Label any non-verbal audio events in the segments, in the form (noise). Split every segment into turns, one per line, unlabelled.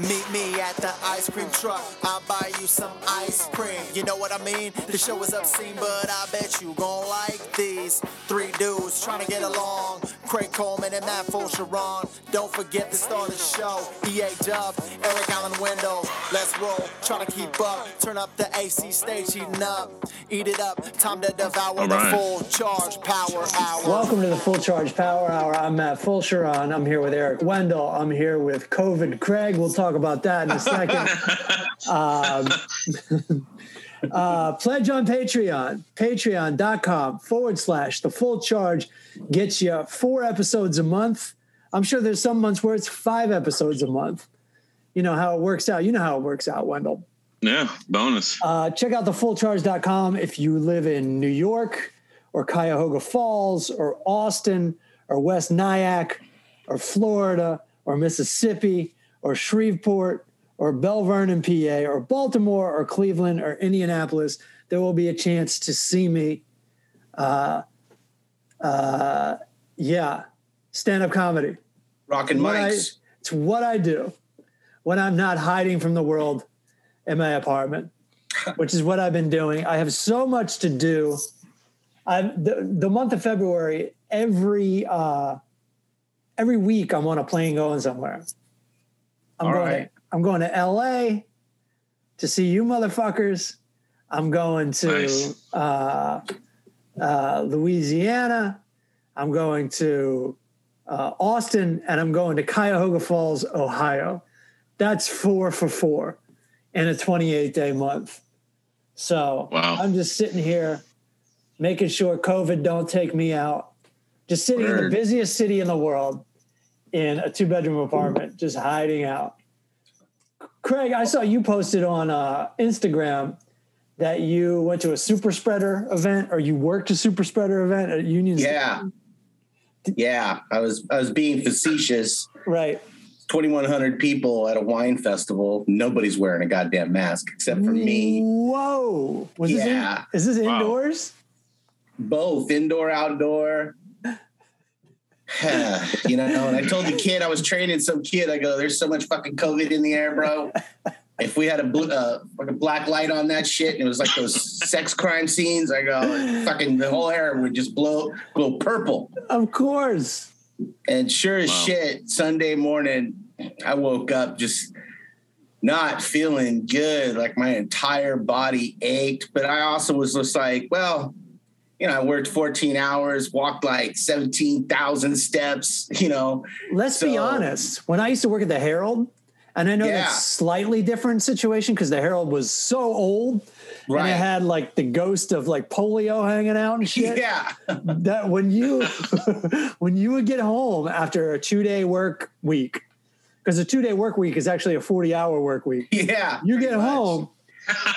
Meet me at the ice cream truck. I'll buy you some ice cream. You know what I mean? The show is obscene, but I bet you gon' like these three dudes trying to get along. Craig Coleman and Matt Fulcheron. Don't forget to start the show. EA Dub, Eric Allen Window. Let's roll. Try to keep up. Turn up the AC stage, heating up. Eat it up. Time to devour
All
the
right.
full charge power hour.
Welcome to the Full Charge Power Hour. I'm Matt Fulcheron. I'm here with Eric Wendell. I'm here with COVID Craig. We'll talk about that in a second. um, (laughs) uh, pledge on Patreon, patreon.com forward slash the full charge gets you four episodes a month. I'm sure there's some months where it's five episodes a month. You know how it works out. You know how it works out, Wendell.
Yeah, bonus.
Uh, check out thefullcharge.com if you live in New York or Cuyahoga Falls or Austin or West Nyack or Florida or Mississippi or Shreveport or Belle Vernon, PA or Baltimore or Cleveland or Indianapolis. There will be a chance to see me. Uh, uh, yeah, stand up comedy.
Rockin'
What I,
Mike's.
it's what I do when I'm not hiding from the world in my
(laughs)
apartment, which is what I've been doing. I have so much to do. I'm the, the month of February. Every uh, every week, I'm on a plane going somewhere. I'm
All
going.
right.
To, I'm going to L.A. to see you, motherfuckers. I'm going to
Nice.
uh, uh, Louisiana. I'm going to uh, Austin, and I'm going to Cuyahoga Falls, Ohio. That's four for four in a 28 day month. So
Wow.
I'm just sitting here making sure COVID don't take me out. Just sitting in the
Word.
busiest city in the world in a two bedroom apartment, just hiding out. Craig, I saw you posted on uh, Instagram that you went to a super spreader event or you worked a super spreader event at Union
Yeah. Yeah. I was I was being facetious.
Right.
2100 people at a wine festival. Nobody's wearing a goddamn mask except for
Mm.
me.
Whoa. Was
Yeah.
this in, is this
Wow.
indoors?
Both indoor outdoor. (sighs) you know, and I told the kid I was training some kid. I go, "There's so much fucking COVID in the air, bro. If we had a blue, uh, like a black light on that shit, and it was like those sex crime scenes, I go, fucking the whole air would just blow, go purple."
Of course.
And sure as
Wow.
shit, Sunday morning, I woke up just not feeling good. Like my entire body ached. But I also was just like, well, you know, I worked 14 hours, walked like 17,000 steps, (laughs) you know.
Let's be
So-
honest. When I used to work at the Herald, and I know
Yeah.
that's slightly different situation because the Herald was so old and
Right.
it
(laughs)
had like the ghost of like polio hanging out and shit.
Yeah. (laughs)
That when you (laughs) when you would get home after a two day work week, because a two day work week is actually a forty hour work week.
Yeah.
you
pretty
get
much.
home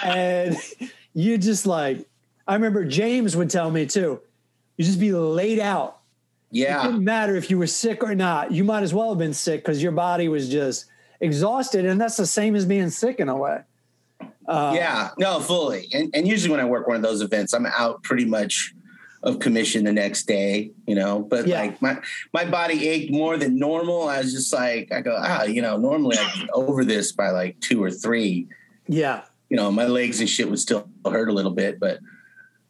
and (laughs) you just like i remember james would tell me too you just be laid out it
Yeah.
didn't matter if you were sick or not you might as well have been sick because your body was just exhausted and that's the same as being sick in a way uh,
yeah. No, fully. And, and usually when I work one of those events, I'm out pretty much of commission the next day, you know. But
Yeah.
like my my body ached more than normal. I was just like, I go, ah, you know, normally I'd be over this by like two or three.
yeah
You know, my legs and shit would still hurt a little bit, but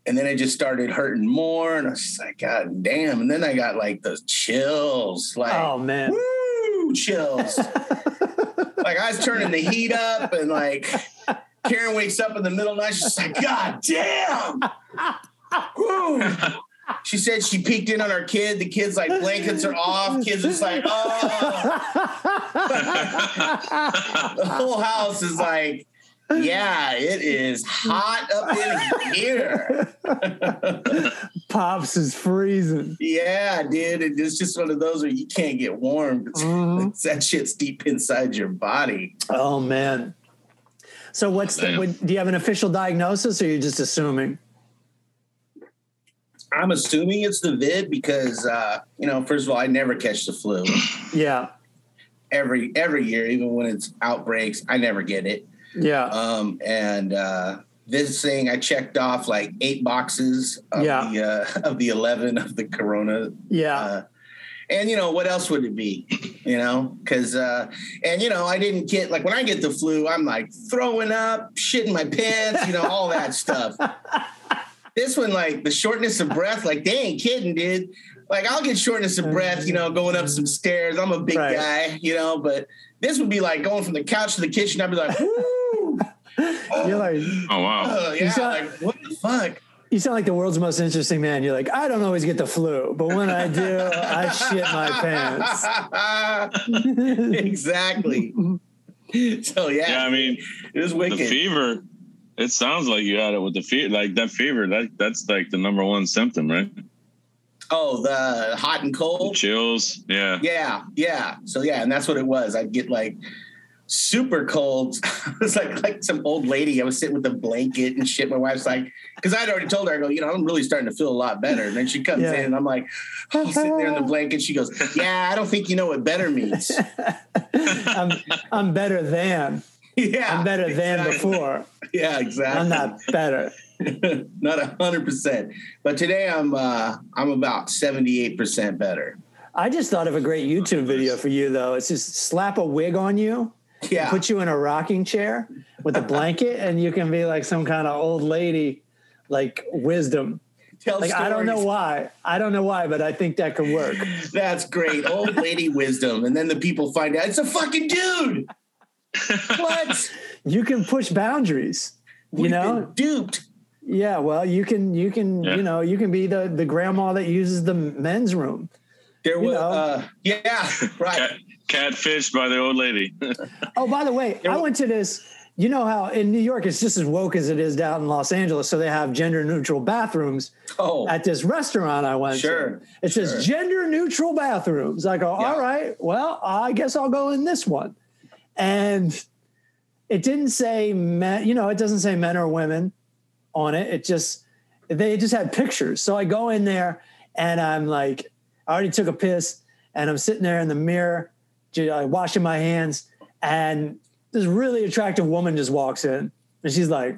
and then it just started hurting more, and I was just like, God damn! And then I got like those chills, like
oh man
woo chills. like I was turning the heat up and like Karen wakes up in the middle of the night, she's like, God damn. Woo. She said she peeked in on our kid. The kid's like blankets are off. Kids just like, oh
(laughs)
(laughs) the whole house is like, yeah, it is hot up in here.
pops is freezing
Yeah, dude. And it's just one of those where you can't get warm.
Mhm.
that shit's deep inside your body.
oh man so what's the
Damn.
what, do you have an official diagnosis or you're just assuming
I'm assuming it's the vid because uh, you know, first of all, I never catch the flu
yeah
every every year, even when it's outbreaks, I never get it.
yeah
Um, and uh, this thing, I checked off like eight boxes of
Yeah.
(laughs) the uh, of the eleven of the corona,
yeah
uh, and you know what else would it be you know because uh and you know i didn't get like when i get the flu i'm like throwing up shit in my pants you know all that stuff this one like the shortness of breath like they ain't kidding dude like i'll get shortness of breath you know going up some stairs i'm a big
Right.
guy you know but this would be like going from the couch to the kitchen i'd be like Woo!
You're like,
Oh wow.
(laughs)
Oh, yeah
saw-
like what the fuck
you sound like the world's most interesting man. You're like, I don't always get the flu, but when I do, I shit my pants.
(laughs)
(laughs)
exactly so
Yeah,
yeah,
I mean
it was
the
wicked
fever. It sounds like you had it with the fever. Like that fever. That that's like the number one symptom, right?
oh the hot and
The
cold
chills. Yeah.
Yeah, yeah. So yeah, and that's what it was. I'd get like super cold. (laughs) it was like like some old lady. I was sitting with a blanket and shit. My wife's like, because I'd already told her, I go, you know, I'm really starting to feel a lot better. And then she comes
Yeah.
in and I'm like, she's sitting there in
(laughs)
the blanket. She goes, Yeah, I don't think you know what better means.
(laughs) I'm, I'm better than.
yeah.
I'm better than
exactly.
before.
(laughs) Yeah, exactly.
I'm not better.
(laughs) not a hundred percent. But today I'm uh I'm about seventy eight percent better.
I just thought of a great YouTube video for you, though. It's just slap a wig on you,
Yeah.
put you in a rocking chair with
(laughs)
a blanket, and you can be like some kind of old lady, like wisdom.
Tell
Like, I don't know
stories.
why. I don't know why, but I think that could work.
That's great. Old lady wisdom. And then the people find out it's a fucking dude. What?
(laughs) You can push boundaries. You
We've
know,
been duped.
Yeah, well, you can you can
Yeah.
you know you can be the the grandma that uses the men's room.
There was,
know.
uh, yeah, (laughs) right.
Cat, catfished by the old lady. (laughs)
Oh, by the way, I went to this. You know how in New York it's just as woke as it is down in Los Angeles, so they have gender neutral bathrooms
Oh,
at this restaurant I went
Sure,
to. It says
sure.
gender neutral bathrooms. I go,
Yeah.
all right, well, I guess I'll go in this one, and it didn't say men. You know, it doesn't say men or women on it. It just they just had pictures. So I go in there and I'm like, I already took a piss, and I'm sitting there in the mirror, ju- like, washing my hands, and this really attractive woman just walks in, and she's like,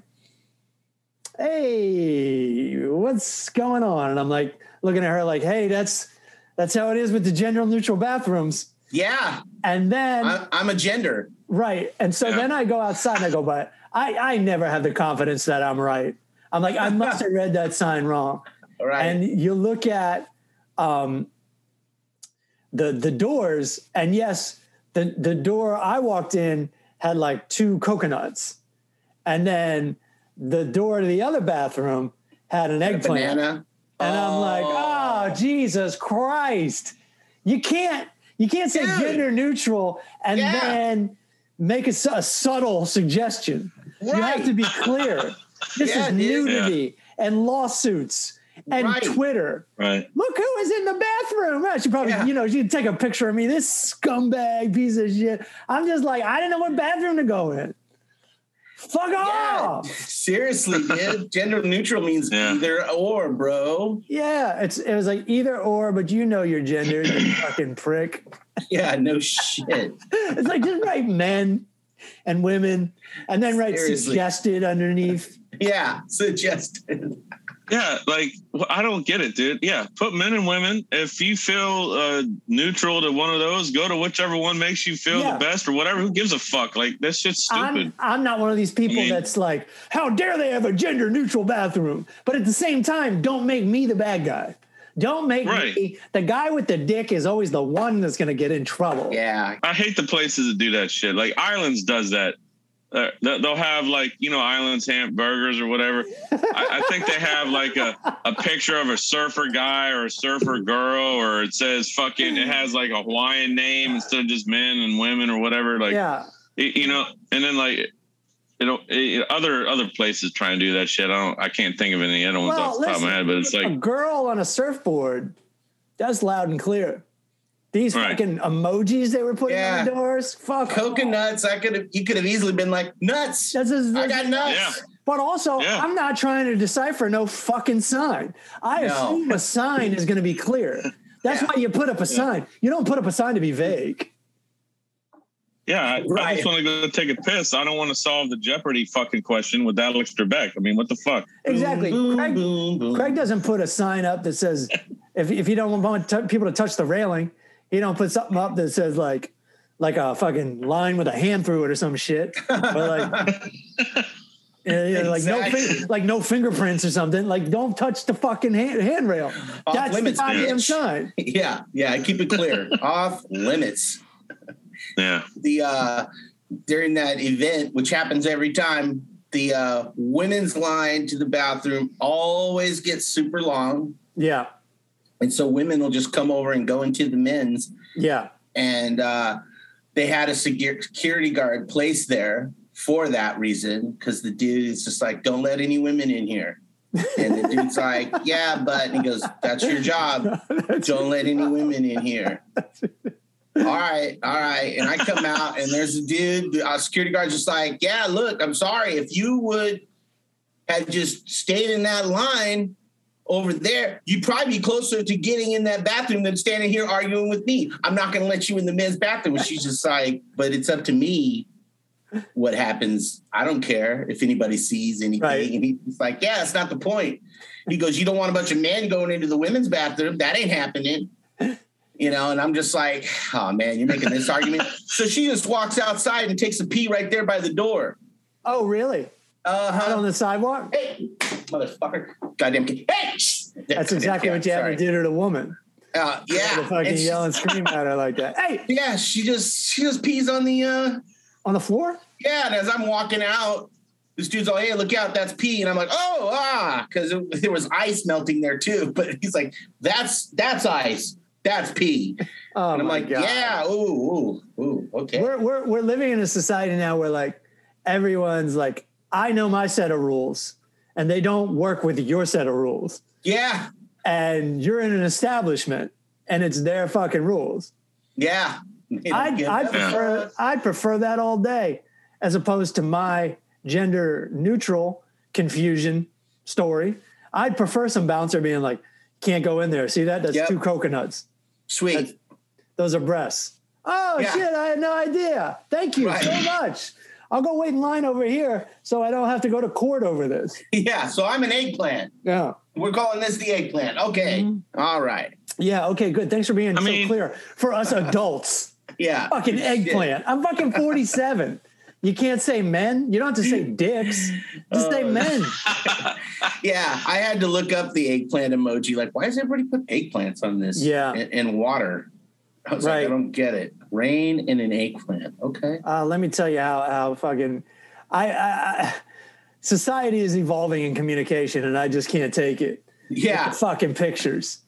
"Hey, what's going on?" And I'm like looking at her like, "Hey, that's that's how it is with the gender neutral bathrooms."
yeah.
And then
I, I'm a gender.
Right. And so
Yeah.
then I go outside and I go, but I, I never have the confidence that I'm right. I'm like, I must have read that sign wrong.
All right.
And you look at um, the the doors, and yes, the the door I walked in had like two coconuts, and then the door to the other bathroom had an eggplant.
Banana.
And I'm like, oh Jesus Christ. You can't you can't say
Dude.
gender neutral and
Yeah.
then make a, su- a subtle suggestion. You have
Right.
to be
(laughs)
clear. This
Yeah,
is
dude.
nudity and lawsuits and
Right.
Twitter.
Right.
Look who is in the bathroom. Right, She probably,
Yeah.
you know, she'd take a picture of me, this scumbag piece of shit. I'm just like, I didn't know what bathroom to go in. Fuck
Yeah.
off.
Seriously, dude. Gender neutral means
Yeah.
either or, bro.
Yeah, it's it was like either or, but you know your gender, you
(clears throat)
fucking prick.
Yeah, no shit.
It's like just write men and women, and then write
Seriously.
suggested underneath.
Yeah, suggested.
Yeah. Like wh- I don't get it, dude. Yeah. Put men and women. If you feel uh, neutral to one of those, go to whichever one makes you feel
Yeah.
the best or whatever. Who gives a fuck? Like that's just stupid.
I'm I'm not one of these people
I mean-
that's like, how dare they have a gender neutral bathroom? But at the same time, don't make me the bad guy. Don't make
Right.
me the guy with the dick is always the one that's gonna get in trouble.
Yeah.
I hate the places that do that shit. Like Islands does that. Uh, they- they'll have like you know Islands hamburgers or whatever. I, I think they have like a, a picture of a surfer guy or a surfer girl, or it says fucking. It has like a Hawaiian name instead of just men and women or whatever. Like
yeah.
y- you know, and then like you know i- other other places try and do that shit. I don't. I can't think of any other ones
Well,
off the top of my
listen,
head, but it's
a
like
girl on a surfboard. That's loud and clear. These
Right.
fucking emojis they were putting on the
Yeah.
doors. Fuck.
Coconuts. I could have. You could have easily been like nuts.
That's just-
I got nuts.
But also,
Yeah.
I'm not trying to decipher no fucking sign. I
No.
assume a sign is going to be clear. That's
Yeah.
why you put up a sign. You don't put up a sign to be vague.
Yeah, I, I
Right.
just want to go take a piss. I don't want to solve the Jeopardy fucking question with Alex Trebek. I mean, what the fuck?
Exactly.
Boom,
Craig,
boom, boom.
Craig doesn't put a sign up that says, if, if you don't want t- people to touch the railing, He don't put something up that says like like a fucking line with a hand through it or some shit. But
(laughs)
like yeah, yeah, like no
Exactly.
fin- like no fingerprints or something. Like don't touch the fucking hand- handrail.
Off
That's
limits,
the goddamn
bitch.
sign.
yeah, yeah. I keep it clear. Off limits.
Yeah.
The uh during that event, which happens every time, the uh women's line to the bathroom always gets super long.
Yeah.
And so women will just come over and go into the men's
Yeah. (laughs)
and uh, they had a secu- security guard placed there for that reason because the dude is just like, "Don't let any women in here," and the dude's like, "Yeah, but," and he goes, "That's your job. Don't let any women in here." All right, all right, and I come out and there's a dude. The uh, security guard's just like, "Yeah, look, I'm sorry. If you would had just stayed in that line." Over there, you'd probably be closer to getting in that bathroom than standing here arguing with me. I'm not going to let you in the men's bathroom. And she's just like, but it's up to me what happens. I don't care if anybody sees anything.
Right.
And he's like, yeah, that's not the point. He goes, you don't want a bunch of men going into the women's bathroom. That ain't happening. You know, and I'm just like, oh man, you're making this argument. So she just walks outside and takes a pee right there by the door.
Oh really?
Uh
Out
huh.
on the sidewalk?
Hey, motherfucker. Goddamn kid. Hey! shh.
That's exactly
Yeah,
what you have
sorry.
to do to the woman.
Uh, yeah,
To fucking
and she-
yell and scream at her like
(laughs)
that. Hey,
yeah. She just she just pees on the uh,
on the floor?
yeah. And as I'm walking out, this dude's all, "Hey, look out, that's pee," and I'm like, "Oh, ah," because there was ice melting there too. (laughs) But he's like, "That's that's ice, that's pee,"
Oh
and I'm
my
like,
God.
"Yeah, ooh, ooh, ooh, okay."
We're, we're we're living in a society now where like everyone's like, I know my set of rules, and they don't work with your set of rules.
yeah,
And you're in an establishment, and it's their fucking rules.
yeah. They don't
I'd,
give
I'd
a
prefer
fuck.
I'd prefer that all day, as opposed to my gender neutral confusion story. I'd prefer some bouncer being like, "Can't go in there. See that? That's
Yep.
two coconuts.
Sweet.
Those are breasts." Oh
Yeah.
shit! I had no idea. Thank you so
Right.
much. I'll go wait in line over here so I don't have to go to court over this.
Yeah. So I'm an eggplant.
Yeah.
We're calling this the eggplant. Okay.
Mm-hmm.
All right.
Yeah. Okay. Good. Thanks for being so
mean-
clear for us adults.
Yeah.
fucking eggplant. I'm fucking 47. You can't say men. You don't have to say dicks. Just
Oh.
say men.
Yeah, I had to look up the eggplant emoji. Like, why does everybody put eggplants on this?
Yeah.
and, and water. I was
Right.
like, I don't get it. Rain and an eggplant. Okay.
Uh, let me tell you how how fucking I, I, I society is evolving in communication, and I just can't take it. The
(laughs) Yeah.
fucking pictures.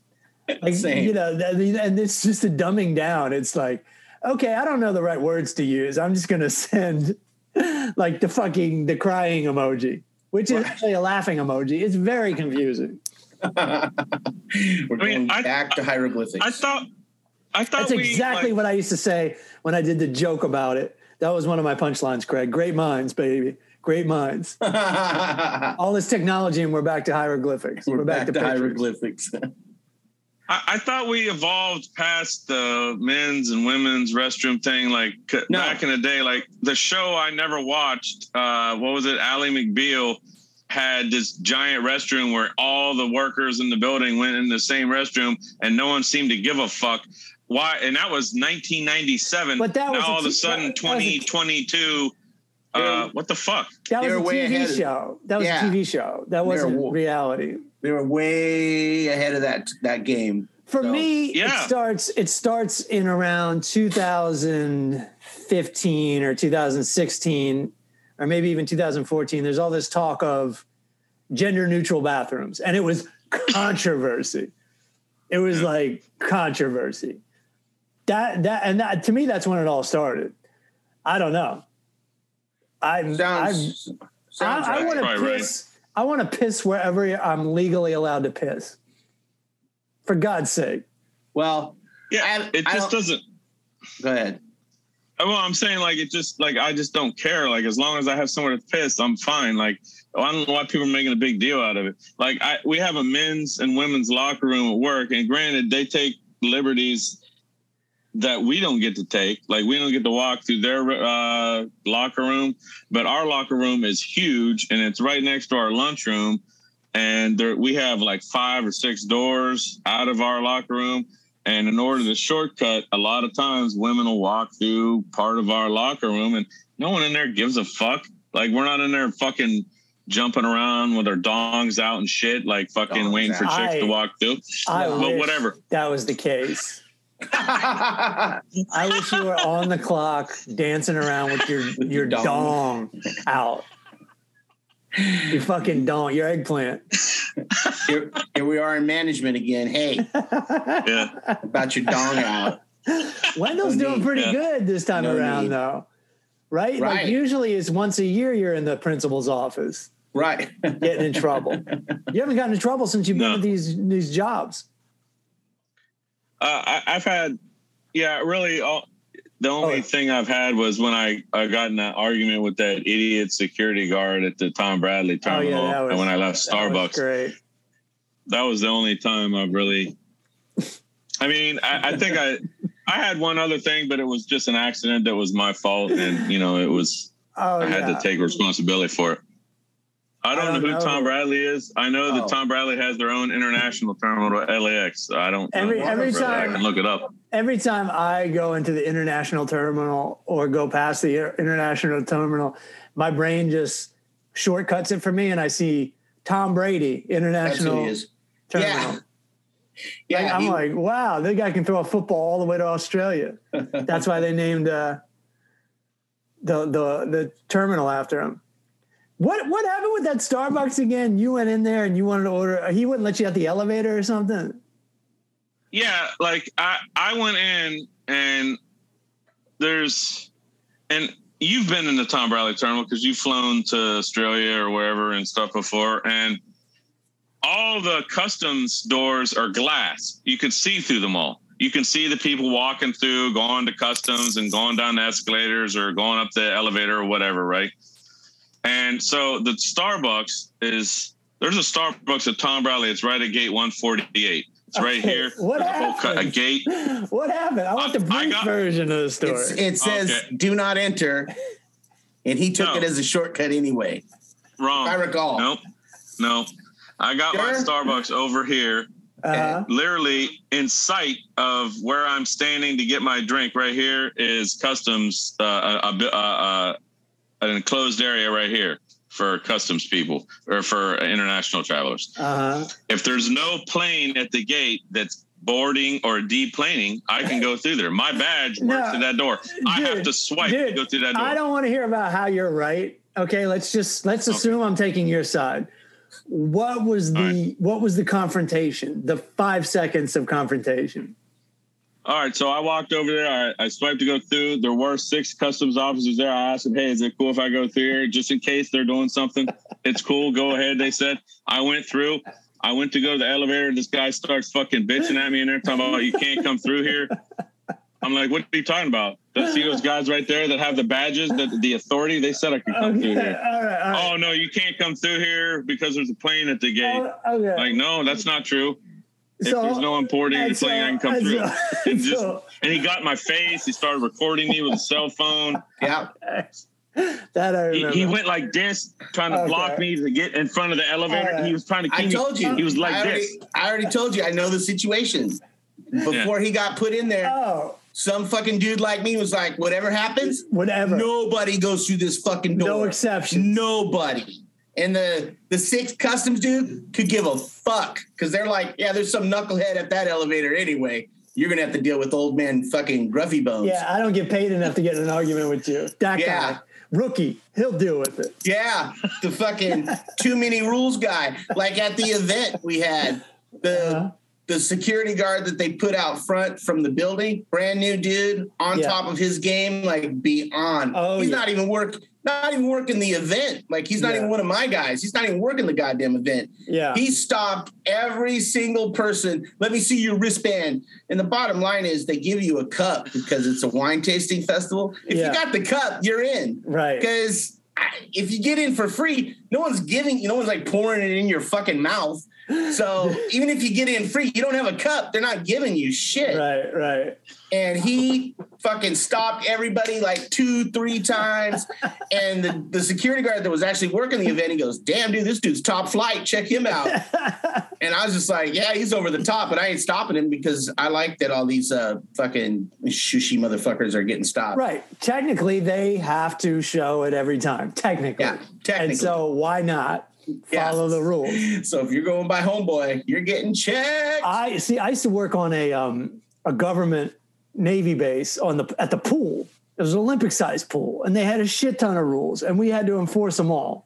Like,
Same.
You know, th- th- and it's just a dumbing down. It's like, okay, I don't know the right words to use. I'm just gonna send like the fucking the crying emoji, which is actually a laughing emoji. It's very confusing.
We're
I mean,
going
I-
back to hieroglyphics.
I thought I thought
That's
we
exactly
like,
what I used to say when I did the joke about it. That was one of my punchlines, Craig. Great minds, baby. Great minds. All this technology, and we're back to hieroglyphics.
(laughs) We're, back, to,
pictures.
hieroglyphics. (laughs)
I, I thought we evolved past the men's and women's restroom thing. Like c-
No.
back in the day, like the show I never watched. Uh, what was it? Ally McBeal had this giant restroom where all the workers in the building went in the same restroom, and no one seemed to give a fuck. Why? And that was 1997.
But that was
now
a
all of
t-
a sudden
that- that was a t-
2022.
Yeah.
Uh, what the fuck?
That was
They're
a
way ahead
TV
of-
show. That was
Yeah.
a TV show. That wasn't
wo-
reality.
they were way ahead of that that game.
For
So,
me,
yeah.
it starts. It starts in around 2015 or 2016, or maybe even 2014. There's all this talk of gender neutral bathrooms, and it was controversy. it was like controversy. That that and that to me, that's when it all started. I don't know. I I
Sounds. sounds
I, I
right.
want to
Probably right.
piss. I want to piss wherever I'm legally allowed to piss. For God's sake.
Well,
Yeah,
I-
it
I
just
don't-
doesn't.
go ahead.
Well, I'm saying like it just like I just don't care. Like as long as I have somewhere to piss, I'm fine. Like I don't know why people are making a big deal out of it. Like I we have a men's and women's locker room at work, and granted they take liberties that we don't get to take. Like we don't get to walk through their uh, locker room, but our locker room is huge and it's right next to our lunchroom, and there we have like five or six doors out of our locker room. And in order to shortcut, a lot of times women will walk through part of our locker room and no one in there gives a fuck. Like we're not in there fucking jumping around with our dongs out and shit, like fucking
Dongs
waiting for
out.
chicks to
I-
walk through.
I
But
wish
whatever.
That was the case. I wish you were on the clock dancing around with your your dong,
Dong.
out. Your fucking dong, your eggplant.
(laughs)
(laughs)
here, here we are in management again. Hey,
Yeah.
about your dong out.
Wendell's
No
doing
need.
pretty
Yeah.
good this time
No
around,
need.
though. Right? Like
Right.
usually it's once a year you're in the principal's office
Right. (laughs)
getting in trouble. you haven't gotten in trouble since you've been
No.
at these these jobs.
Uh, I, I've had, yeah, really. All, the only
Oh.
thing I've had was when I, I got in an argument with that idiot security guard at the Tom Bradley
Oh, yeah,
terminal,
that was-
and when I left
That was
Starbucks, that was, the
Great.
only time I've really. I mean, I, I think
(laughs)
I, I had one other thing, but it was just an accident that was my fault, and you know, it was
Oh,
I had
yeah.
to take responsibility for it. I don't,
I don't
know who
know.
Tom Bradley is. I know
Oh.
that Tom Bradley has their own international terminal at LAX. I don't. know
Every-
more
every
about that.
time-
I can look it up.
Every time I go into the international terminal or go past the inter- international terminal, my brain just shortcuts it for me, and I see Tom Brady
That's who he
international
is.
terminal.
Yeah.
Like,
Yeah.
I'm
he-
like, wow, that guy can throw a football all the way to
(laughs)
Australia. That's why they named uh, the the the terminal after him. What what happened with that Starbucks again? You went in there and you wanted to order. He wouldn't let you out the elevator or something.
yeah like i i went in and there's and you've been in the tom bradley terminal because you've flown to australia or wherever and stuff before and all the customs doors are glass you can see through them all you can see the people walking through going to customs and going down the escalators or going up the elevator or whatever right and so the starbucks is there's a starbucks at tom bradley it's right at gate 148 it's right
Okay,
here
what
There's a whole cut- a
happened?
gate
What happened? I want the
I- I
brief
got-
version of the story.
It's, it says
Okay.
do not enter. And he took
No. Oh,
it as a shortcut anyway.
Wrong.
I recall.
Nope. Nope. I got my
Sure?
Starbucks over here,
uh-huh.
literally in sight of where I'm standing to get my drink. Right here is customs, uh, a, a, a, a, an enclosed area right here for customs people or for international travelers.
Uh-huh.
If there's no plane at the gate that's boarding or deplaning, I can go through there. My badge
No.
works through that door. I
Dude,
have to swipe to
dude,
go through that door.
I don't want to hear about how you're right. Okay, let's just let's
Okay.
assume I'm taking your side. What was the
All
what was the confrontation? The five seconds of confrontation.
All right, so I walked over there. I, I swiped to go through. There were six customs officers there. I asked them, "Hey, is it cool if I go through here, just in case they're doing something?" it's cool. Go ahead. They said. I went through. I went to go to the elevator. This guy starts fucking bitching at me in there, talking about you can't come through here. I'm like, "What are you talking about? Don't see those guys right there that have the badges, that the authority? They said I could come
Okay,
through
all
here.
right, all right.
Oh no, you can't come through here because there's a plane at the gate.
Oh, okay.
Like, no, that's not true. If
So-
there's no importing plane,
and so-
I can come
and
through. (laughs)
so-
And just-
so
and he got in my face. He started recording me with a cell
(laughs)
phone.
Yeah.
that I
He,
remember.
he went like this, trying to
Okay. Uh,
block me to get in front of the elevator.
All right.
He was trying to keep
I
me-
told you.
He was like
I already,
this.
I already told you. I know the situation. Before he got put in there,
oh,
some fucking dude like me was like, whatever happens,
whatever.
Nobody goes through this fucking door.
No exceptions.
Nobody. And the the sixth customs dude could give a fuck because they're like, yeah, there's some knucklehead at that elevator anyway. You're gonna have to deal with old man fucking Gruffy Bones.
Yeah, I don't get paid enough to get in an argument with you. That
Yeah.
guy, rookie, he'll deal with it.
Yeah, the fucking too many rules guy. Like at the event we had, the
Uh-huh.
the security guard that they put out front from the building, brand new dude, on
Yeah.
top of his game, like beyond.
Oh,
he's
yeah.
not even work, not even working the event. Like he's not
Yeah.
even one of my guys. He's not even working the goddamn event.
Yeah.
He stopped every single person. Let me see your wristband. And the bottom line is they give you a cup because it's a wine tasting festival. If
Yeah.
you got the cup, you're in
right.
because if you get in for free, no one's giving you. No one's like pouring it in your fucking mouth. So
(laughs)
even if you get in free, you don't have a cup. They're not giving you shit.
Right, right.
And he fucking stopped everybody like two, three
(laughs)
times. And the, the security guard that was actually working the event, he goes, "Damn, dude, this dude's top flight. Check
(laughs)
him out." and I was just like, "Yeah, he's over the top," but I ain't stopping him because I like that all these uh, fucking shushy motherfuckers are getting stopped.
Right. Technically, they have to show it every time. Technically.
Yeah, technically.
And so why not
Yeah.
follow the rules?
So if you're going by homeboy, you're getting checked.
I see. I used to work on a um, a government navy base on the at the pool. It was an Olympic sized pool, and they had a shit ton of rules, and we had to enforce them all,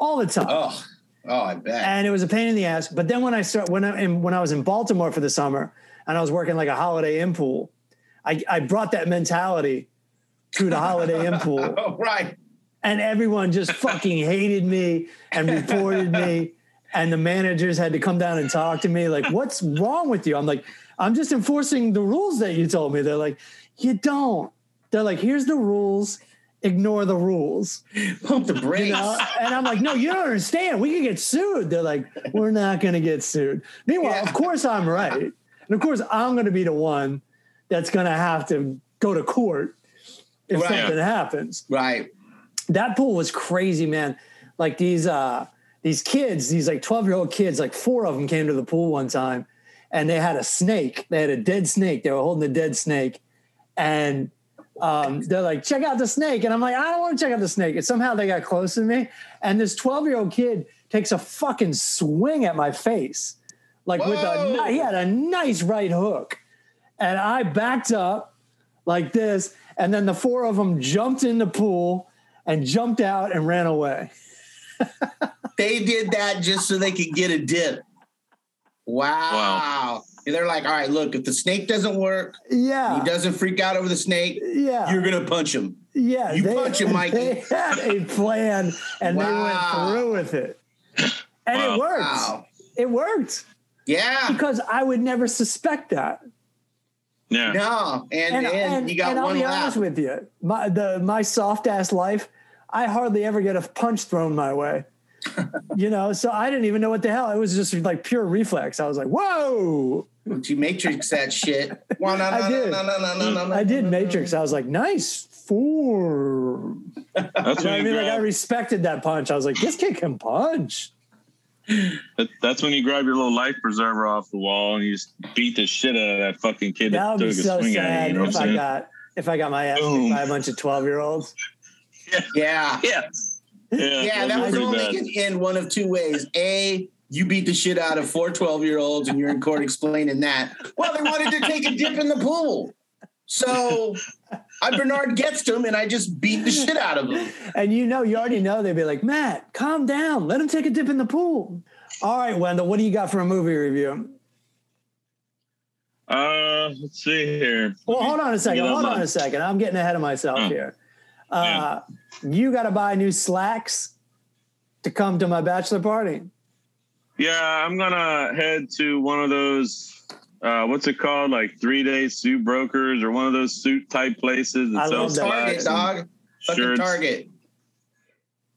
all the time.
oh, oh, I bet.
And it was a pain in the ass. But then when I start when I and when I was in Baltimore for the summer, and I was working like a Holiday Inn pool, I, I brought that mentality to the Holiday Inn pool,
(laughs) oh, right.
and everyone just fucking hated me and reported me and the managers had to come down and talk to me like what's wrong with you i'm like i'm just enforcing the rules that you told me they're like you don't they're like here's the rules ignore the rules
Pump the brakes.
Uh, and i'm like no you don't understand we could get sued they're like we're not going to get sued meanwhile of course i'm right and of course i'm going to be the one that's going to have to go to court if
Right.
something happens
Right.
that pool was crazy, man. Like these uh these kids, these like 12 year old kids, like four of them came to the pool one time and they had a snake. They had a dead snake. They were holding a dead snake. And um, they're like, check out the snake. And I'm like, I don't want to check out the snake. And somehow they got close to me. And this 12 year old kid takes a fucking swing at my face. Like with a,
Whoa.
ni- he had a nice right hook. And I backed up like this. And then the four of them jumped in the pool and jumped out and ran away.
They did that just so they could get a dip. Wow.
Wow.
And they're like, all right, look, if the snake doesn't work,
Yeah.
he doesn't freak out over the snake,
yeah.
you're going to punch him.
yeah.
you punch him, Mikey.
They had a plan and
Wow.
they went through with it. And
Wow.
it worked.
Wow.
It worked
Yeah.
because I would never suspect that.
Yeah.
No. And, and,
And, and,
you got
and I'll
one
be
lap.
honest with you, my the my soft ass life, I hardly ever get a punch thrown my
(laughs)
way. you know, so I didn't even know what the hell. It was just like pure reflex. I was like, "Whoa!"
But you matrix that shit. Wah,
(laughs)
nah,
I
nah,
did.
nah, nah, nah, nah, nah, nah.
I did Matrix. I was like, "Nice four.
That's
You know
when
what I
you
mean, like I
grab.
respected that punch. I was like, "This kid can punch."
that- That's when you grab your little life preserver off the wall and you just beat the shit out of that fucking kid
That
that,
would
took
be
a
so
swing at you.
sad
You know
if
what I'm
I
saying?
got if I got my ass
Boom.
kicked by a bunch of twelve year olds.
Yeah.
yeah. Yeah.
Yeah, that was
that'd be
only
pretty bad.
can end one of two ways. A, you beat the shit out of four 12 year olds and you're in court explaining that. Well, they wanted to take a dip in the pool. So I Bernard gets to him and I just beat the shit out of him.
And you know, you already know they'd be like, Matt, calm down. Let him take a dip in the pool. All right, Wendell, what do you got for a movie review?
Uh, let's see here.
Well, hold on a second.
Yeah,
Hold on
mine.
a second. I'm getting ahead of myself
Hmm.
here. Uh, You got to buy new slacks to come to my bachelor party.
Yeah, I'm gonna head to one of those. Uh, what's it called? Like three day suit brokers or one of those suit type places
I
that
love
sells
that.
slacks and
Target, dog. Fucking
shirts.
Target.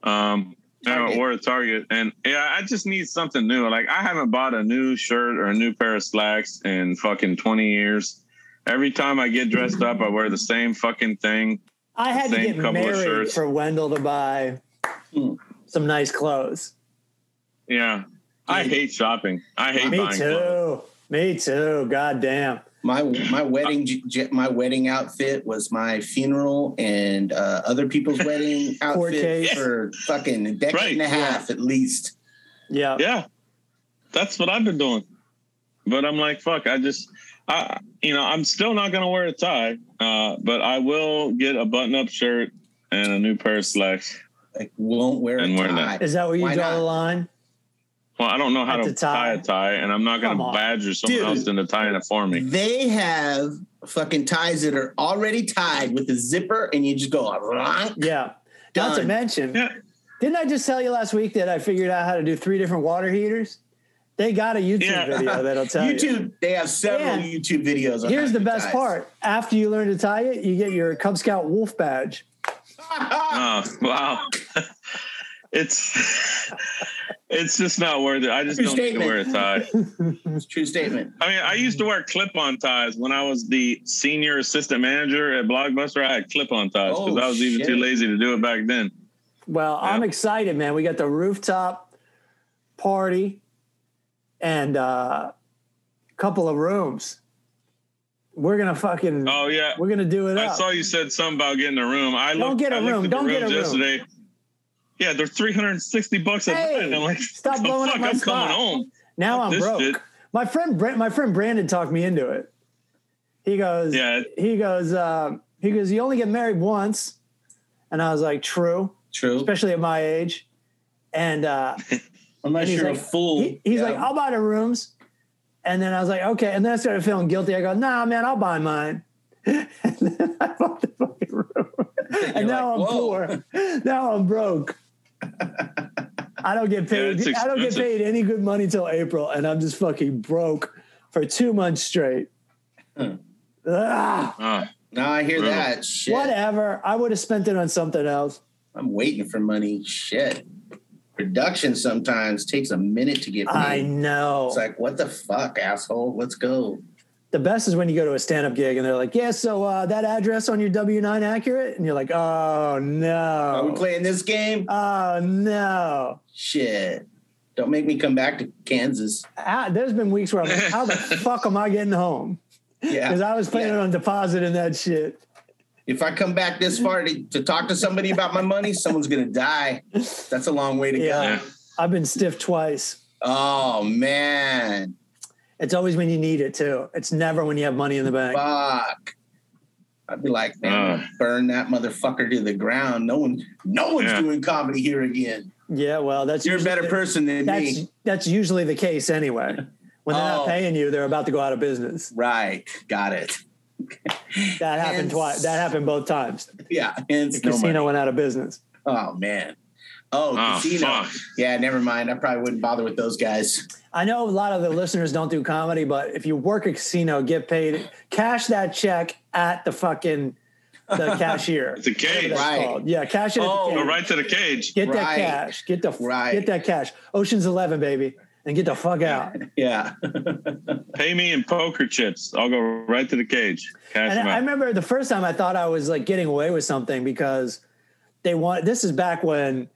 Um,
Target.
Yeah, or a Target, and yeah, I just need something new. Like I haven't bought a new shirt or a new pair of slacks in fucking 20 years. Every time I get dressed up, I wear the same fucking thing.
I had to
Same
get
couple of
married
shirts.
for Wendell to buy
Hmm.
some nice clothes.
Yeah, I hate shopping. I hate
Me
buying clothes.
too. Me too. God damn.
My my wedding j- j- my wedding outfit was my funeral and uh, other people's wedding outfit
4K.
for fucking a decade
Right.
and a half at least.
Yeah.
Yeah, that's what I've been doing. But I'm like, fuck. I just, I, you know, I'm still not gonna wear a tie, uh, but I will get a button-up shirt and a new pair of slacks.
Like won't wear a
And wear
tie.
Is that where you
Why
draw
not?
the line?
Well, I don't know how
At
to
the tie.
tie. a tie, and I'm not going
Come
to
on.
badger someone
Dude.
else into tying it for
(laughs)
me.
They have fucking ties that are already tied with a zipper, and you just go. "Ronk."
Yeah. Not to
Done.
mention,
Yeah.
didn't I just tell you last week that I figured out how to do three different water heaters? They got a YouTube
Yeah.
video that'll tell you.
YouTube, they have several
And
YouTube videos. On
Here's
how
the
to
best
tie.
part. After you learn to tie it, you get your Cub Scout wolf badge.
Oh, wow. Uh, (laughs) it's (laughs) It's just not worth it. I just
True
don't need to
statement.
wear a tie.
(laughs) It's a true statement.
I mean, I used
Um,
to wear clip-on ties when I was the senior assistant manager at Blockbuster. I had clip-on ties because
Oh,
I was even
shit.
too lazy to do it back then.
Mm-hmm. Well, I'm
Yeah.
excited, man. We got the rooftop party and a uh, couple of rooms. We're gonna fucking
Oh yeah,
we're gonna do it
I
up.
saw you said something about getting a room. I
Don't
looked,
get a
I looked
room.
at the
Don't get
rooms
a room.
yesterday. Yeah, they're 360 bucks a
Hey,
night. and I'm like,
stop
the
blowing up
fuck,
my
I'm
spot.
coming home.
now
fuck
I'm
this
broke.
shit.
My friend Brent, my friend Brandon talked me into it. He goes,
Yeah.
he goes, uh, he goes, you only get married once. And I was like, true,
True.
especially at my age. And uh
Unless
he's
you're
like-
a fool.
he, he's
Yeah.
like, "Oh, I'll buy the rooms. And then I was like, okay. And then I started feeling guilty. I go, nah, man, I'll buy mine. (laughs) and then I bought the fucking room. and now
like,
I'm
(laughs) "Whoa."
poor. Now I'm broke. I don't get paid.
it's
I don't get
expensive.
paid any good money till April, and I'm just fucking broke for two months straight. Ah,
Ah,
No, I hear
Bro.
that. Shit.
whatever. I would have spent it on something else.
I'm waiting for money. Shit. Production sometimes takes a minute to get paid.
I know.
Hmm. It's like, what the fuck, asshole? Let's go.
the best is when you go to a stand-up gig and they're like, "Yeah, so uh, that address on your W nine accurate?" And you're like, "Oh
Are we
no,
playing this game?
oh no."
Shit. Don't make me come back to
(laughs)
Kansas.
Ah, there's been weeks where I'm like,
(laughs)
"How the fuck am I getting home?"
Yeah.
Because I was planning
Yeah.
on depositing that shit.
If I come back this far to, to talk to somebody about my money, someone's going to die. That's a long way to
Yeah.
go.
yeah.
I've been stiff twice.
Oh, man.
It's always when you need it too. It's never when you have money in the bank.
Fuck. I'd be like, man,
Ah.
burn that motherfucker to the ground. No one, no one's
Yeah.
doing comedy here again.
Yeah, well, that's
You're a
usually-
better person than
That's
me.
that's usually the case anyway. When they're
Oh.
not paying you, they're about to go out of business.
Right. Got it. (laughs)
That happened
Hence-
twice. That happened both times.
Yeah. Hence no
Casino
money.
went out of business.
Oh, man. Oh,
Oh,
casino.
fuck.
Yeah, never mind. I probably wouldn't bother with those guys. (laughs)
I know a lot of the listeners don't do comedy, but if you work a casino, get paid, cash that check at the fucking
(laughs)
the cashier.
It's a cage.
That's
Right.
called. Yeah, cash it. at
Oh,
the
Go
cage.
right to the cage.
Get that
Right.
cash. Get the
Right.
get that cash. Ocean's Eleven, baby, and get the fuck out.
Yeah.
Pay me in poker chips. I'll go right to the cage. Cash
And
them
I, I
out.
remember the first time I thought I was like getting away with something because they want. This is back when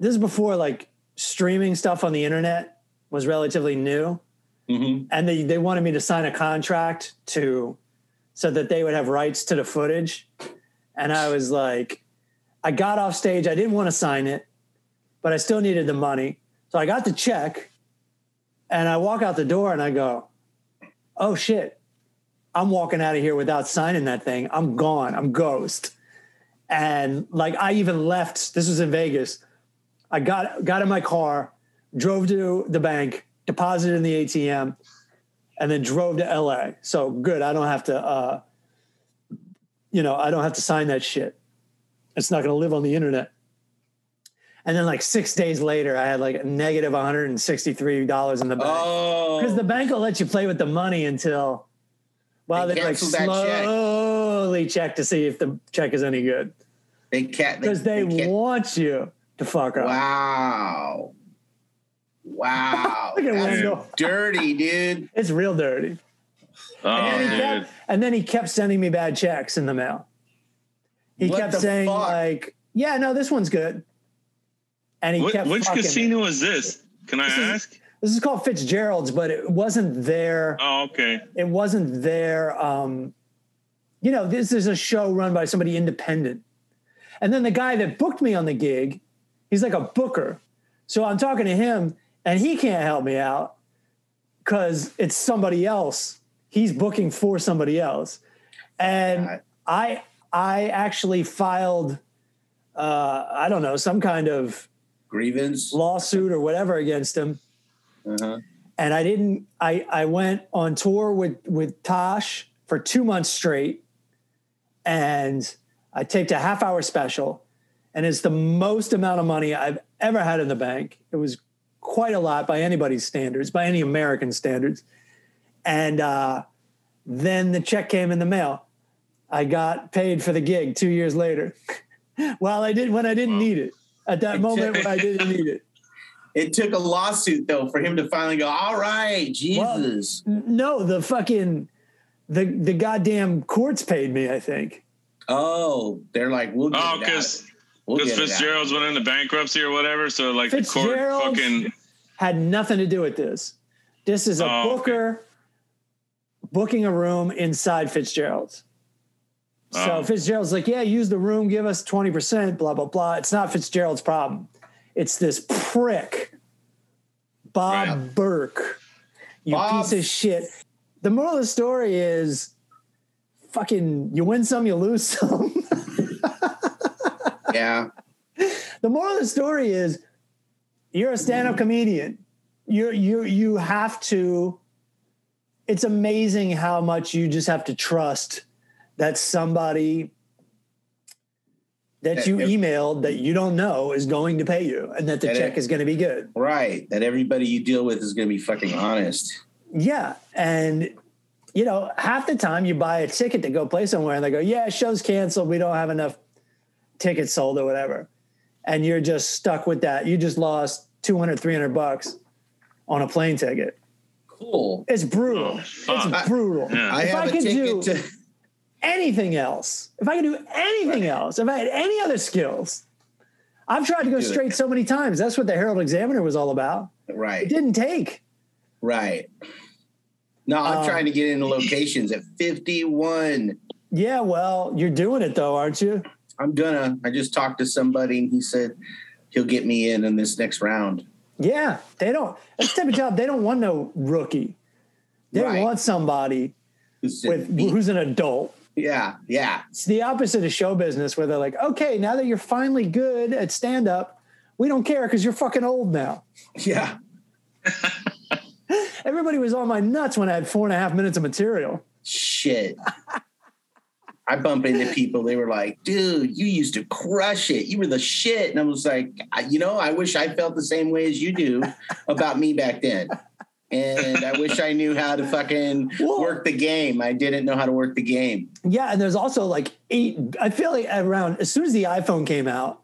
this is before like streaming stuff on the internet was relatively new.
hmm
and they, they wanted me to sign a contract to so that they would have rights to the footage and i was like i got off stage i didn't want to sign it but i still needed the money so i got the check and i walk out the door and i go oh shit i'm walking out of here without signing that thing i'm gone i'm ghost and like i even left this was in vegas i got got in my car drove to the bank deposited in the atm and then drove to LA. So good, I don't have to, uh, you know, I don't have to sign that shit. It's not going to live on the internet. And then like six days later, I had like negative one hundred and sixty-three dollars in the bank
Oh.
because the bank will let you play with the money until well
They
they, like
cancel that check.
slowly check to see if the check is any good
they can't.
because they,
can't-
want you to fuck up.
Wow. Wow.
(laughs) Look at
That's
Wendell.
dirty, dude.
It's real dirty.
Oh,
And, he
dude.
kept, and then he kept sending me bad checks in the mail. He
What
kept
the
saying
fuck?
like, "Yeah, no, this one's good," and he
Wh-
kept
which
fucking me.
casino is this? Can I
This is-
ask?
This is called Fitzgerald's, but it wasn't their.
oh, okay.
It wasn't their. Um, you know, this is a show run by somebody independent, and then the guy that booked me on the gig, he's like a booker, so I'm talking to him, and he can't help me out because it's somebody else. He's booking for somebody else, and.
God.
I I actually filed uh, I don't know some kind of
Grievance.
lawsuit or whatever against him,
Uh-huh.
and I didn't. I I went on tour with with Tosh for two months straight, and I taped a half hour special, and it's the most amount of money I've ever had in the bank. It was quite a lot by anybody's standards, by any American standards, and uh, then the check came in the mail. I got paid for the gig two years (laughs) later. well, I did when I didn't need it at that moment when I didn't need it.
It took a lawsuit though for him to finally go. All right,
Well,
Jesus.
N- No, the fucking the the goddamn courts paid me. I think.
oh, they're like, we'll get
Oh,
it out.
because
we'll get it out.
Fitzgerald's went into bankruptcy or whatever. So like the court
Fitzgerald's-
fucking
had nothing to do with this. This is a
Oh, okay.
booker booking a room inside Fitzgerald's. So
Oh.
Fitzgerald's like, yeah, use the room, give us 20%, blah, blah, blah. It's not Fitzgerald's problem. It's this prick, Bob
Right.
Burke. You
Bob-
piece of shit. The moral of the story is fucking you win some, you lose some. (laughs)
Yeah.
the moral of the story is you're a stand-up comedian you you you have to it's amazing how much you just have to trust that somebody that
That
you
if-
emailed that you don't know is going to pay you and that the
That
check
it-
is going to be good
Right. That everybody you deal with is going to be fucking honest.
yeah and you know half the time you buy a ticket to go play somewhere and they go yeah show's canceled we don't have enough tickets sold or whatever and you're just stuck with that you just lost 200 300 bucks on a plane ticket
Cool.
it's brutal
Oh, fuck.
it's brutal
Yeah.
I
If
have
I
a
could
ticket
do-
to. (laughs)
anything else if i could do anything else if i had any other skills i've tried to go
Do it.
straight so many times that's what the herald examiner was all about it
Right.
didn't take
Right. No, I'm
Um,
trying to get into locations at 51.
yeah well you're doing it though aren't you
I'm gonna. I just talked to somebody and he said he'll get me in in this next round.
Yeah, they don't. That's the type of job they don't want no rookie. They
Right.
want somebody
Who's
with who's an adult.
yeah, yeah,
It's the opposite of show business where they're like, okay, now that you're finally good at stand up, we don't care because you're fucking old now.
yeah.
Everybody was on my nuts when I had four and a half minutes of material.
Shit. I bump into people. They were like, "Dude, you used to crush it. You were the shit." And I was like, I, "You know, I wish I felt the same way as you do about me back then." And I wish I knew how to fucking
Well-
work the game. I didn't know how to work the game.
Yeah, and there's also like eight. I feel like around as soon as the iPhone came out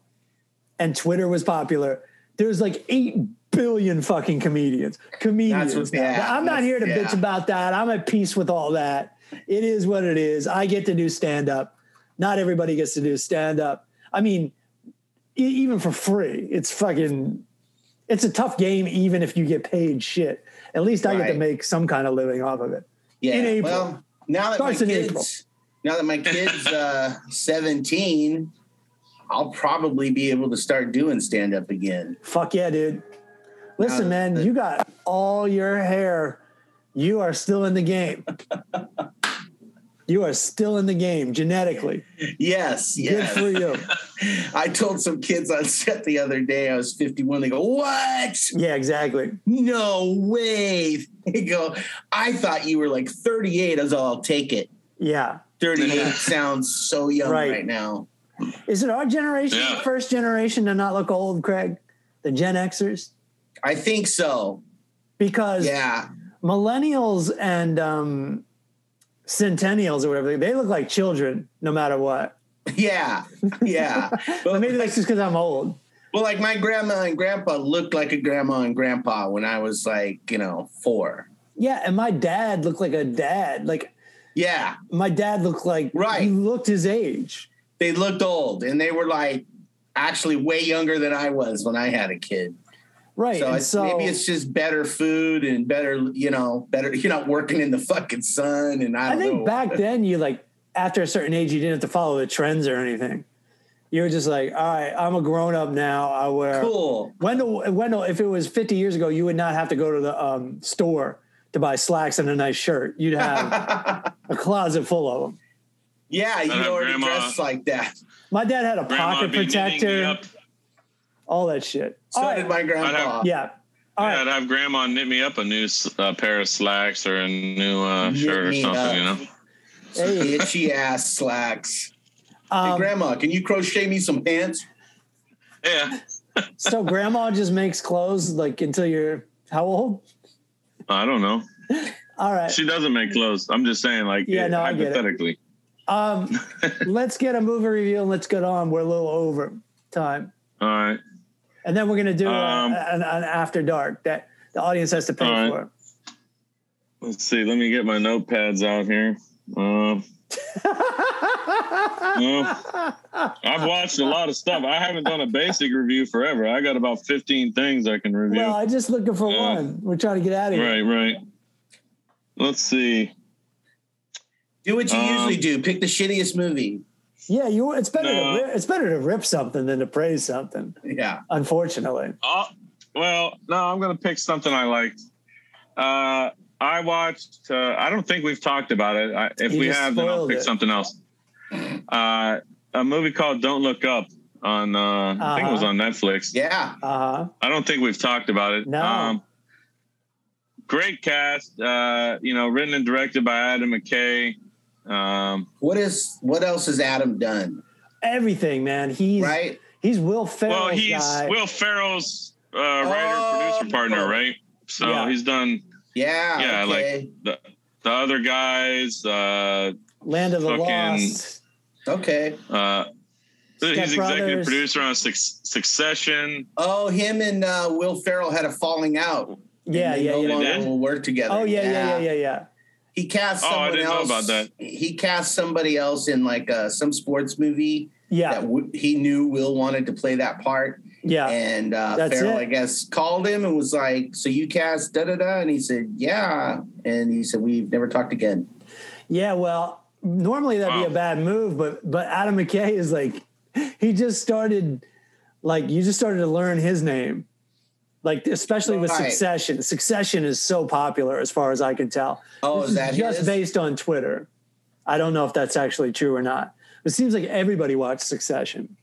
and Twitter was popular, there's like eight billion fucking comedians. Comedians.
That's what-
now.
yeah,
I'm not
that's-
here to
yeah.
bitch about that. I'm at peace with all that. It is what it is. I get to do stand up. Not everybody gets to do stand up. I mean, e- even for free, it's fucking. It's a tough game, even if you get paid shit. At least I get to
Right.
make some kind of living off of it.
Yeah.
In April.
Well, now that
Starts
my
in
kids,
April.
now that my kids uh, seventeen, I'll probably be able to start doing stand up again.
Fuck yeah, dude. Listen,
Now,
man,
the-
you got all your hair. You are still in the game. you are still in the game genetically.
Yes,
Good
yes.
for you.
I told some kids on set the other day I was 51. They go, What?
Yeah, exactly.
No way. They go, I thought you were like 38. I was all, I'll take it.
Yeah.
38 sounds so young
Right.
right, now.
Is it our generation,
Yeah.
the first generation to not look old, Craig? The Gen Xers?
I think so.
Because
Yeah. (laughs)
millennials and um, centennials or whatever, they look like children no matter what.
Yeah.
(laughs)
Yeah.
But maybe that's just because I'm old.
Well, like my grandma and grandpa looked like a grandma and grandpa when I was like, you know, four.
Yeah, and my dad looked like a dad. Like
Yeah,
my dad looked like
Right.
he looked his age
they looked old and they were like actually way younger than I was when I had a kid.
right
So,
and
it's,
so
maybe it's just better food and better, you know, better. You're not working in the fucking sun and I
i
don't
think
know.
back then you like after a certain age you didn't have to follow the trends or anything you were just like all right i'm a grown-up now i wear
cool.
wendell wendell if it was 50 years ago you would not have to go to the um, store to buy slacks and a nice shirt you'd
(laughs)
have a closet full of them
Yeah, you
have
already
Uh, grandma-
dressed like that.
my dad had a
grandma
pocket
be knitting me
protector
up.
all that shit
So
all right.
did my grandpa.
yeah all
yeah, I'd
right
have grandma knit me up a new s- uh, pair of slacks or a new uh,
Knit
shirt or
me
something,
up.
you know?
hey,
Itchy ass slacks. hey,
um,
grandma, can you crochet me some pants?
Yeah.
(laughs)
so grandma just makes clothes like until you're how old
I don't know.
all right
She doesn't make clothes. I'm just saying, like,
Yeah,
yeah,
no, I get it.
hypothetically. (laughs)
Um, let's get a movie review and let's get on. We're a little over time.
All right.
and then we're gonna do
Um,
uh, an, an after dark that the audience has to pay
All right.
for.
Let's see. Let me get my notepads out here.
(laughs)
Um,
Ah,
well, I've watched a lot of stuff. I haven't done a basic review forever. I got about 15 things I can review.
Well, I'm just looking for
Yeah.
one. We're trying to get out of here.
right, right. Let's see.
Do what you
Um,
usually do. Pick the shittiest movie.
Yeah, you. It's better.
No.
To, ri- it's better to rip something than to praise something.
Yeah.
Unfortunately,
Oh, well, no, I'm going to pick something I liked. Uh, I watched, uh, I don't think we've talked about it. I, if
You
we
just
have, then I'll
spoiled
pick
it.
something else. Uh, a movie called Don't Look Up on, uh, I think it was
Uh-huh.
on Netflix.
Yeah.
uh huh.
I don't think we've talked about it. Um,
No.
great cast. Uh, you know, written and directed by Adam McKay. Um,
What is what else has Adam done?
Everything, man. He's
Right?
he's Will Ferrell's
well, he's
guy.
Will Ferrell's uh,
Oh.
writer producer partner, right? So
Yeah.
he's done
Yeah.
Yeah, like-
okay.
the the other guys. Uh,
Land of the
fucking-
Lost.
okay.
uh,
Step
he's executive
Brothers.
producer on Suc- Succession.
Oh, him and uh, Will Ferrell had a falling out.
Yeah,
And
yeah,
they
yeah.
no
yeah.
longer will work together.
Oh yeah, yeah, yeah, yeah, yeah.
He cast
Oh, I
someone
didn't know
else.
about that.
He cast somebody else in like uh, some sports movie that
Yeah,
w- he knew Will wanted to play that part.
yeah.
And uh,
That's
Farrell,
it.
I guess, called him and was like, "So you cast da da da?" And he said, "Yeah." And he said, "We've never talked again."
Yeah, well, normally that'd be
Wow.
a bad move, but but Adam McKay is like he just started like you just started to learn his name. Like especially with
Right.
Succession. Succession is so popular as far as I can tell.
Oh, is that
just
his?
based on Twitter. I don't know if that's actually true or not. It seems like everybody watched Succession.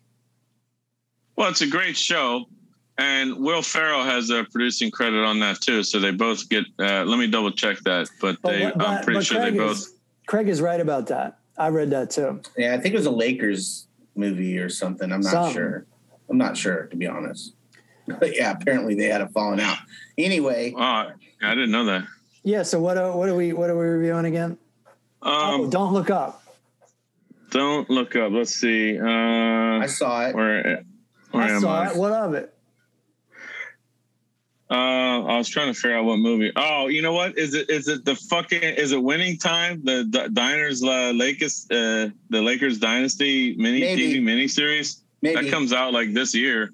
Well, it's a great show. And Will Ferrell has a producing credit on that too, so they both get. Uh, let me double check that, but
But
they,
what-
I'm
but-
pretty
but
sure they
Craig
both.
Is, Craig is right about that. I read that too.
yeah, I think it was a Lakers movie or something. I'm not
Some.
sure. I'm not sure to be honest. (laughs) But yeah, apparently they had a falling out. Anyway,
Oh, yeah, I didn't know that.
Yeah. So what are what are we what are we reviewing again?
Um,
oh, don't look up.
don't look up. Let's see. Uh,
I saw it.
where where
I
am
saw
I?
it. What of it?
Uh, I was trying to figure out what movie. Oh, you know what? Is it is it the fucking is it winning time? The, D- Diners uh, Lakers uh, the Lakers dynasty mini
Maybe.
TV miniseries
Maybe.
that comes out like this year.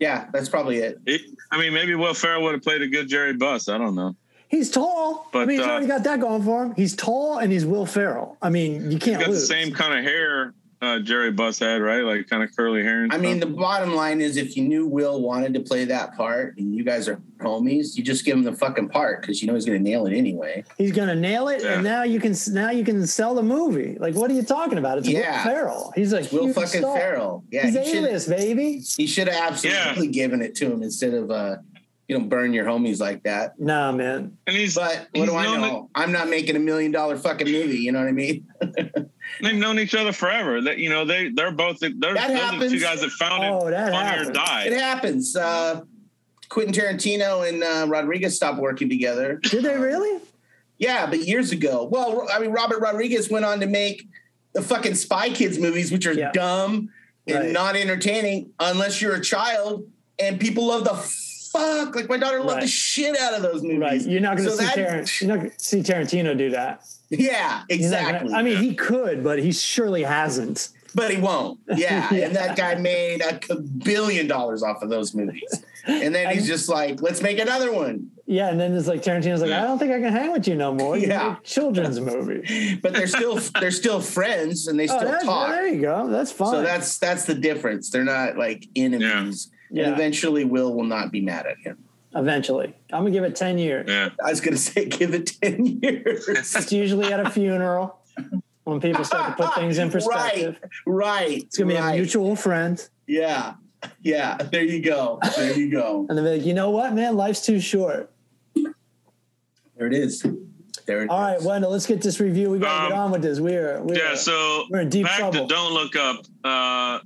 yeah, that's probably it.
It, I mean, maybe Will Ferrell would have played a good Jerry Buss. I don't know.
He's tall. I
But,
mean, he's
uh,
already got that going for him. He's tall and he's Will Ferrell. I mean, you can't
He's got
lose.
the same kind of hair uh, Jerry Buss had, right? Like kind of curly hair. And
I
stuff.
mean, the bottom line is if you knew Will wanted to play that part and you guys are homies, you just give him the fucking part because you know he's going to nail it anyway.
He's gonna nail it,
Yeah.
and now you can now you can sell the movie. Like, what are you talking about? It's
Yeah.
Will Ferrell. He's like
Will
huge
fucking
star.
Farrell. Yeah,
he's
he
a
should,
list, baby.
he should have absolutely
Yeah.
given it to him instead of, uh, you know, burn your homies like that.
Nah, man.
and he's
But what
he's
do I
known
know? I'm not making a million dollar fucking movie. You know what I mean?
They've known each other forever. That you know they they're both they're, those are the
happens.
two guys that founded
Oh, that
Funny or
happens.
Die.
It happens. Uh, Quentin Tarantino and uh, Rodriguez stopped working together.
Did they really?
Yeah, but years ago. Well, I mean, Robert Rodriguez went on to make the fucking Spy Kids movies, which are
Yeah.
dumb and
Right.
not entertaining unless you're a child, and people love the fuck. Like my daughter loved the
Right.
shit out of those movies.
Right. You're not gonna
So
see
that-
Tarant- You're not gonna see Tarantino do that.
(laughs) Yeah,
He's not gonna-
exactly.
I mean, he could, but he surely hasn't.
but he
(laughs)
won't. Yeah,
Yeah.
and that guy made a c- billion dollars off of those movies, and then he's
And-
just like, let's make another one.
Yeah, and then it's like Tarantino's like,
Yeah.
I don't think I can hang with you no more. You
Yeah.
yeah, children's movie.
But
(laughs)
they're still they're still friends, and they
Oh,
still
that's,
talk.
there you go. That's fine.
So that's that's the difference. They're not like enemies.
Yeah.
And eventually Will will not be mad at him.
Eventually, I'm gonna give it ten years.
Yeah.
I was gonna say (laughs) give it ten years.
It's usually at a funeral when people start
(laughs)
to put things in perspective.
right.
It's gonna be
right.
a mutual friend,
Yeah. Yeah. There you go. There you go.
and they'll be like, you know what, man, life's too short.
there it is. There it
All right,
is.
Wendell, let's get this review. We gotta get
Um,
on with this. We're, we're
Yeah, so
We're in deep
back
trouble.
to Don't Look Up. Uh,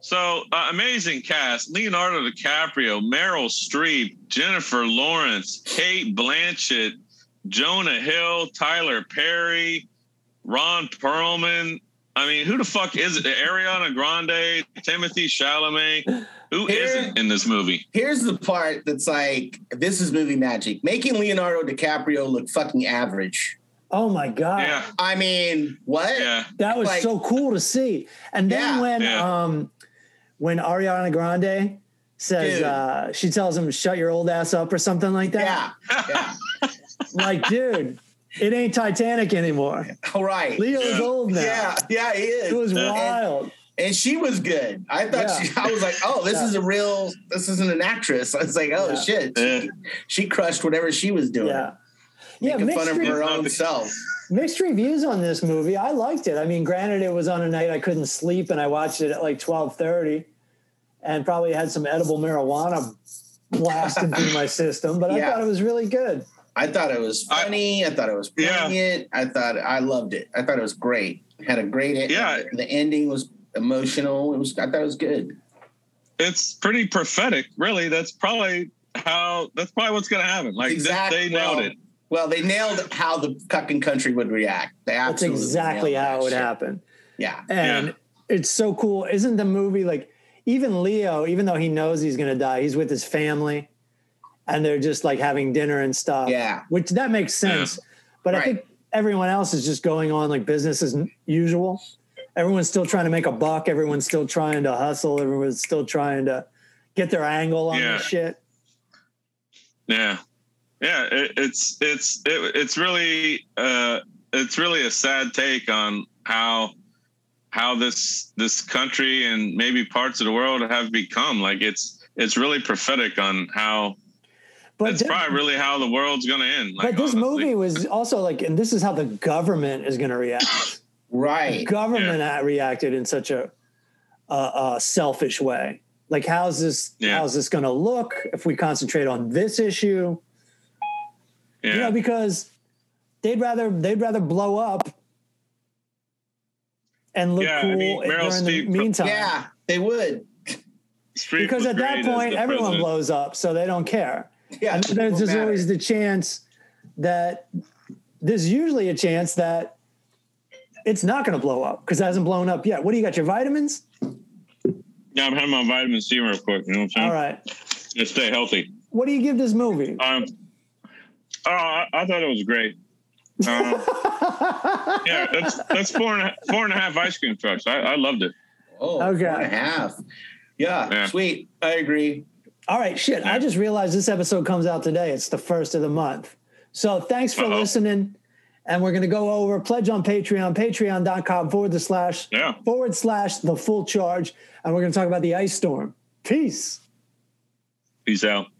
so uh, amazing cast: Leonardo DiCaprio, Meryl Streep, Jennifer Lawrence, Kate Blanchett, Jonah Hill, Tyler Perry, Ron Perlman, I mean, who the fuck is it? Ariana Grande, Timothy Chalamet. Who
Here-
isn't in this movie?
Here's the part that's like this is movie magic, making Leonardo DiCaprio look fucking average.
Oh my god.
Yeah,
I mean, what?
yeah.
That was
Like-
so cool to see. And then
Yeah.
when
Yeah.
um when Ariana Grande says
Dude.
uh she tells him shut your old ass up or something like
Yeah.
that. (laughs)
yeah.
Like, dude, it ain't Titanic anymore.
All right.
Leo's
Yeah.
old now.
Yeah, yeah, he is.
It was
Yeah.
wild.
and she was good. I thought
Yeah.
she, I was like, oh, this
Yeah.
is a real, this isn't an actress. (laughs) I was like, oh
Yeah.
shit, she,
Yeah.
she crushed whatever she was doing,
Yeah. Yeah,
making
mixed,
fun of
re-
her
Yeah.
own self.
mixed reviews on this movie. I liked it. I mean, granted, it was on a night I couldn't sleep, and I watched it at like twelve thirty, and probably had some edible marijuana blasting through my system. But I
Yeah.
thought it was really good.
I thought it was
I-
funny. I, thought it was
Yeah.
poignant. I thought I loved it. I thought it was great. Had a great end.
Yeah.
The ending was emotional. It was. I thought it was good.
It's pretty prophetic, really. That's probably how. That's probably what's gonna happen. Like
Exact-
they, they nailed
well,
it.
Well, they nailed how the fucking country would react. They
That's
absolutely
exactly
nailed
how it
that
would
shit.
happen.
Yeah.
and
Yeah.
it's so cool. Isn't the movie like even Leo, even though he knows he's gonna die, he's with his family, and they're just like having dinner and stuff.
Yeah.
which that makes sense. But I
Right.
think everyone else is just going on like business as usual. Everyone's still trying to make a buck. Everyone's still trying to hustle. Everyone's still trying to get their angle on
Yeah.
this shit.
Yeah, yeah. It, it's it's it, it's really uh, it's really a sad take on how how this this country and maybe parts of the world have become. Like it's it's really prophetic on how
But
that's
thi-
probably really how the world's gonna end. Like,
but this
honestly.
movie was also like, and this is how the government is going
(coughs)
to react.
Right.
government a- reacted in such a uh, uh, selfish way. Like, how's this?
Yeah.
How's this going to look if we concentrate on this issue?
yeah.
You know, because they'd rather they'd rather blow up and look
Yeah, I
cool
mean, Meryl
during
Streep-
the meantime.
Yeah. They would.
Streep was
Because at
great
that
as
point,
the
everyone
president.
blows up, so they don't care.
Yeah.
And there's
won't
just
matter.
always the chance that there's usually a chance that it's not going to blow up because it hasn't blown up yet. What do you got? Your vitamins?
Yeah, I'm having my vitamin C real quick. You know what I'm saying?
All right.
Just stay healthy.
What do you give this movie?
Um, oh, I, I thought it was great. Um, yeah, that's that's four and a, four and a half ice cream trucks. I, I loved it.
Oh,
Okay.
four and a half. Yeah,
Yeah.
sweet. I agree.
All right, shit. I just realized this episode comes out today. It's the first of the month. So thanks for
Uh-oh.
listening. And we're going to go over pledge on Patreon, patreon.com forward the slash
Yeah.
forward slash the full charge. And we're going to talk about the ice storm. Peace.
Peace out.